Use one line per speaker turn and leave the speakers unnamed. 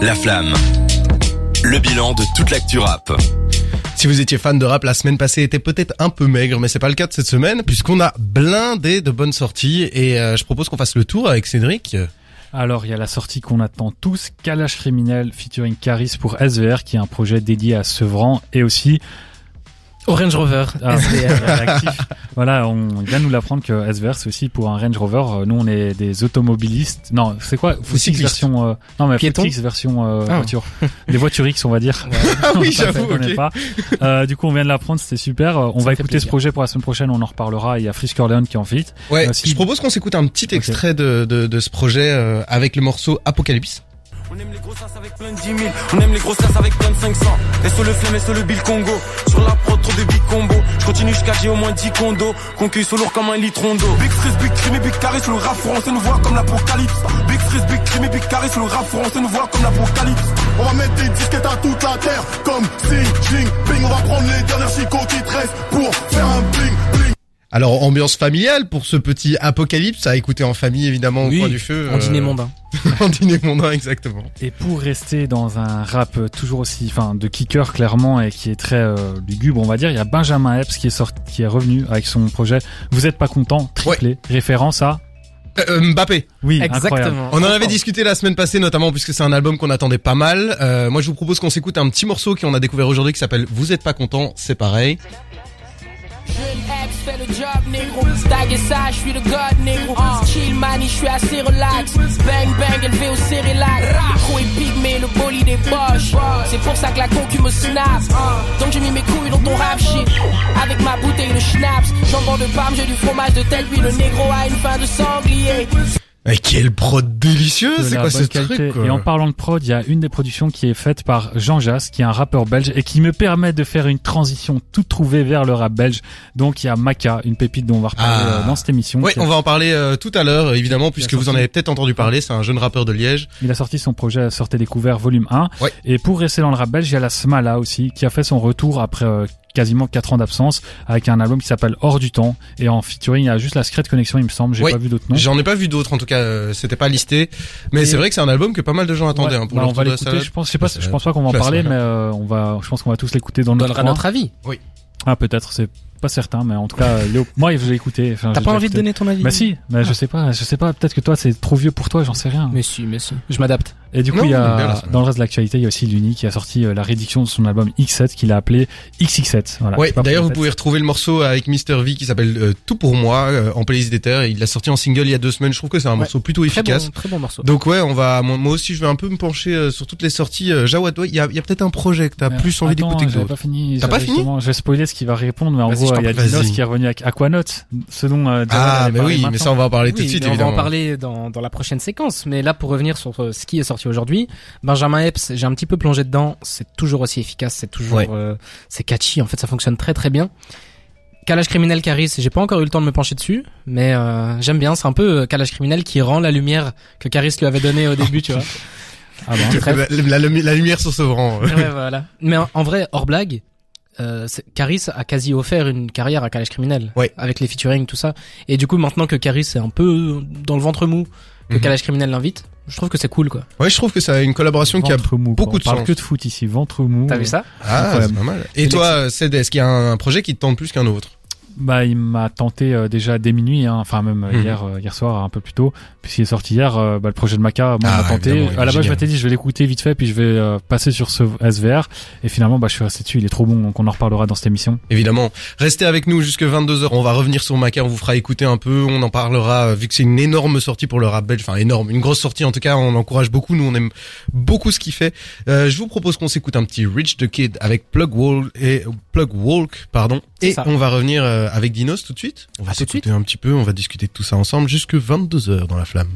La flamme. Le bilan de toute l'actu rap.
Si vous étiez fan de rap, la semaine passée était peut-être un peu maigre, mais c'est pas le cas de cette semaine, puisqu'on a blindé de bonnes sorties, et euh, je propose qu'on fasse le tour avec Cédric.
Alors, il y a la sortie qu'on attend tous, Kalash Criminel featuring Caris pour SVR, qui est un projet dédié à Sevran, et aussi...
Orange Rover.
Ah, réactif. voilà, on vient nous l'apprendre que SVR, c'est aussi pour un Range Rover. Euh, Nous, on est des automobilistes. Non, c'est quoi Footix
cyclistes.
version... euh, Non, mais
Piétons.
Footix version euh,
Ah.
voiture. Des voitures X, on va dire.
Ah oui,
Ça, ça
j'avoue,
connaît
ok.
pas. Euh, du coup, on vient de l'apprendre, c'était super. Euh, On
Ça
va
fait
écouter ce
plaisir.
projet pour la semaine prochaine, on en reparlera. Il y a Frisk Orleans qui est en feat.
Ouais,
Ah, si.
je propose qu'on s'écoute un petit extrait de, de, de ce projet euh, avec le morceau Apocalypse.
On aime les grossasses avec plein de 10 000 On aime les grossasses avec plein de 500 Et sur le flemme et sur le bill Congo Sur la prod trop de big combo Je continue jusqu'à j'ai au moins 10 condos Concueille sur lourd comme un litron d'eau Big stress, big crime et big carré Sur le rap français nous voit comme l'apocalypse Big stress, big crime et big carré Sur le rap français nous voit comme l'apocalypse
On va mettre des disquettes à toute la terre Comme Xi Jinping On va prendre les dernières chicots qui te restent Pour faire un bling bling
Alors, ambiance familiale pour ce petit Apocalypse, à écouter en famille, évidemment, au coin du feu.
En
euh,
dîner mondain.
en dîner mondain, exactement.
Et pour rester dans un rap euh, toujours aussi, enfin, de kicker clairement et qui est très euh, lugubre, on va dire, il y a Benjamin Epps qui est sorti, qui est revenu avec son projet. Vous êtes pas content, triplé, référence à.
Euh, euh, Mbappé.
Oui, incroyable.
Exactement.
On en avait discuté la semaine passée, notamment puisque c'est un album qu'on attendait pas mal. Euh, moi, je vous propose qu'on s'écoute un petit morceau qu'on a découvert aujourd'hui qui s'appelle Vous êtes pas content, c'est pareil.
Jeune ex fait le job négro Stag et ça, je suis le god négro Chill mani, je suis assez relax Bang bang, élevé au cérélac Pro et pygmé, le bolide des boches C'est pour ça que la concu me snap Donc j'ai mis mes couilles dans ton rap shit Avec ma bouteille de schnapps Jambon de parme, j'ai du fromage de tête Puis le négro a une fin de sanglier
Mais quelle prod
De
délicieuse C'est
la
quoi
bonne
ce
qualité.
truc quoi
Et en parlant de prod, il y a une des productions qui est faite par Jean Jass, qui est un rappeur belge et qui me permet de faire une transition toute trouvée vers le rap belge. Donc il y a Maka, une pépite dont on va reparler
Ah.
euh, dans cette émission.
Ouais,
qui a-
on va en parler euh, tout à l'heure, évidemment, puisque vous en
sorti.
avez peut-être entendu parler. C'est un jeune rappeur de Liège.
Il a sorti son projet Sortez découvert volume 1.
Ouais.
Et pour rester dans le rap belge, il y a la Smala aussi qui a fait son retour après euh, quasiment 4 ans d'absence avec un album qui s'appelle Hors du temps et en featuring il y a juste la Secret Connexion il me semble, j'ai
Ouais.
pas vu d'autres noms.
J'en ai pas vu d'autres, en tout cas, euh, c'était pas listé. Mais
Et-
c'est vrai que c'est un album que pas mal de gens attendaient.
Ouais,
hein, pour
bah,
le
on va
retour de la
l'écouter,
salade.
je pense, je sais pas,
Bah,
je pense pas qu'on va en
la
parler, mais
Smala.
euh, on va, je pense qu'on va tous l'écouter dans
On
notre
donnera
coin.
notre avis.
Ah peut-être, c'est pas certain, mais en tout cas, euh, Léo, moi je l'ai écouté. enfin,
T'as
j'ai
pas
déjà
envie de
écouté.
donner Ah. ton avis
Bah si, bah, je sais pas, je sais pas, peut-être que toi c'est trop vieux pour toi, j'en sais rien.
Mais si, mais si. Je m'adapte.
Et du coup,
Non,
il y
on est bien là,
a,
ça va.
dans le reste de l'actualité, il y a aussi Luni qui a sorti euh, la réédition de son album X7 qu'il a appelé XX7. Voilà,
Ouais,
c'est pas
d'ailleurs,
pour
vous
la
pouvez
fête.
retrouver le morceau avec Mister V qui s'appelle euh, Tout pour moi euh, en playlist des terres. Il l'a sorti en single il y a deux semaines. Je trouve que c'est un morceau plutôt
Très
efficace.
bon, très bon morceau.
Donc ouais, on va. Moi moi aussi, je vais un peu me pencher euh, sur toutes les sorties. Euh, Jawad, ouais, il y a, il y a peut-être un projet que t'as
Mais
plus envie
attends,
d'écouter que
j'avais
d'autres.
pas fini.
T'as
j'avais
pas fini
justement- Je vais spoiler ce qu'il va répondre, mais en
Vas-y, je
gros,
t'en
il y a
prie,
Dinos
vas-y.
qui est revenu avec Aquanote, ce dont euh, Jamal
Ah,
avait
mais
parlé
oui, mais
maintenant.
ça, on va en parler tout
Oui,
de suite,
mais on va
évidemment.
en parler dans, dans la prochaine séquence. Mais là, pour revenir sur euh, ce qui est sorti aujourd'hui, Benjamin Epps, j'ai un petit peu plongé dedans. C'est toujours aussi efficace, c'est toujours,
Ouais.
euh, c'est catchy. En fait, ça fonctionne très très bien. Calage criminel Caris, j'ai pas encore eu le temps de me pencher dessus, mais euh, j'aime bien. C'est un peu euh, Calage criminel qui rend la lumière que Caris lui avait donnée au début, tu vois.
Ah bon.
Très-
La, la- la- la lumière sur Sevran. euh.
Ouais, voilà. Mais en, en vrai, hors blague, euh, c'est- Caris a quasi offert une carrière à Calèche Criminel.
Ouais.
Avec les featuring, tout ça. Et du coup, maintenant que Caris est un peu dans le ventre mou, que
Mhm.
Calèche Criminel l'invite, je trouve que c'est cool, quoi.
Ouais, je trouve que c'est une collaboration qui a.
Ventre mou, quoi.
beaucoup de
On parle
sens.
que de foot ici, ventre mou. euh,
ça
Ah, c'est
incroyable.
pas mal. Et toi, euh, Ced, est-ce qu'il y a un projet qui te tente plus qu'un autre
Bah, il m'a tenté euh, déjà dès minuit, hein, enfin même euh,
Mhm.
hier, euh, hier soir, un peu plus tôt, puisqu'il est sorti hier. euh, bah, le projet de Maca, moi,
Ah,
il m'a tenté.
évidemment, il est
À la base, je
génial.
m'étais dit, je vais l'écouter vite fait, puis je vais euh, passer sur ce SVR. Et finalement, bah, je suis resté dessus. Il est trop bon, donc on en reparlera dans cette émission.
Évidemment. Restez avec nous jusque 22h. On va revenir sur Maca. On vous fera écouter un peu. On en parlera euh, vu que c'est une énorme sortie pour le rap belge. Enfin, énorme. Une grosse sortie en tout cas. On encourage beaucoup. Nous, on aime beaucoup ce qu'il fait. Euh, je vous propose qu'on s'écoute un petit Rich the Kid avec Plug Walk et Plug Walk, pardon.
C'est
Et
ça.
on va revenir euh, avec Dinos tout de suite. On va
tout de
s'écouter un petit peu. On va discuter de tout ça ensemble jusque 22h dans la flamme.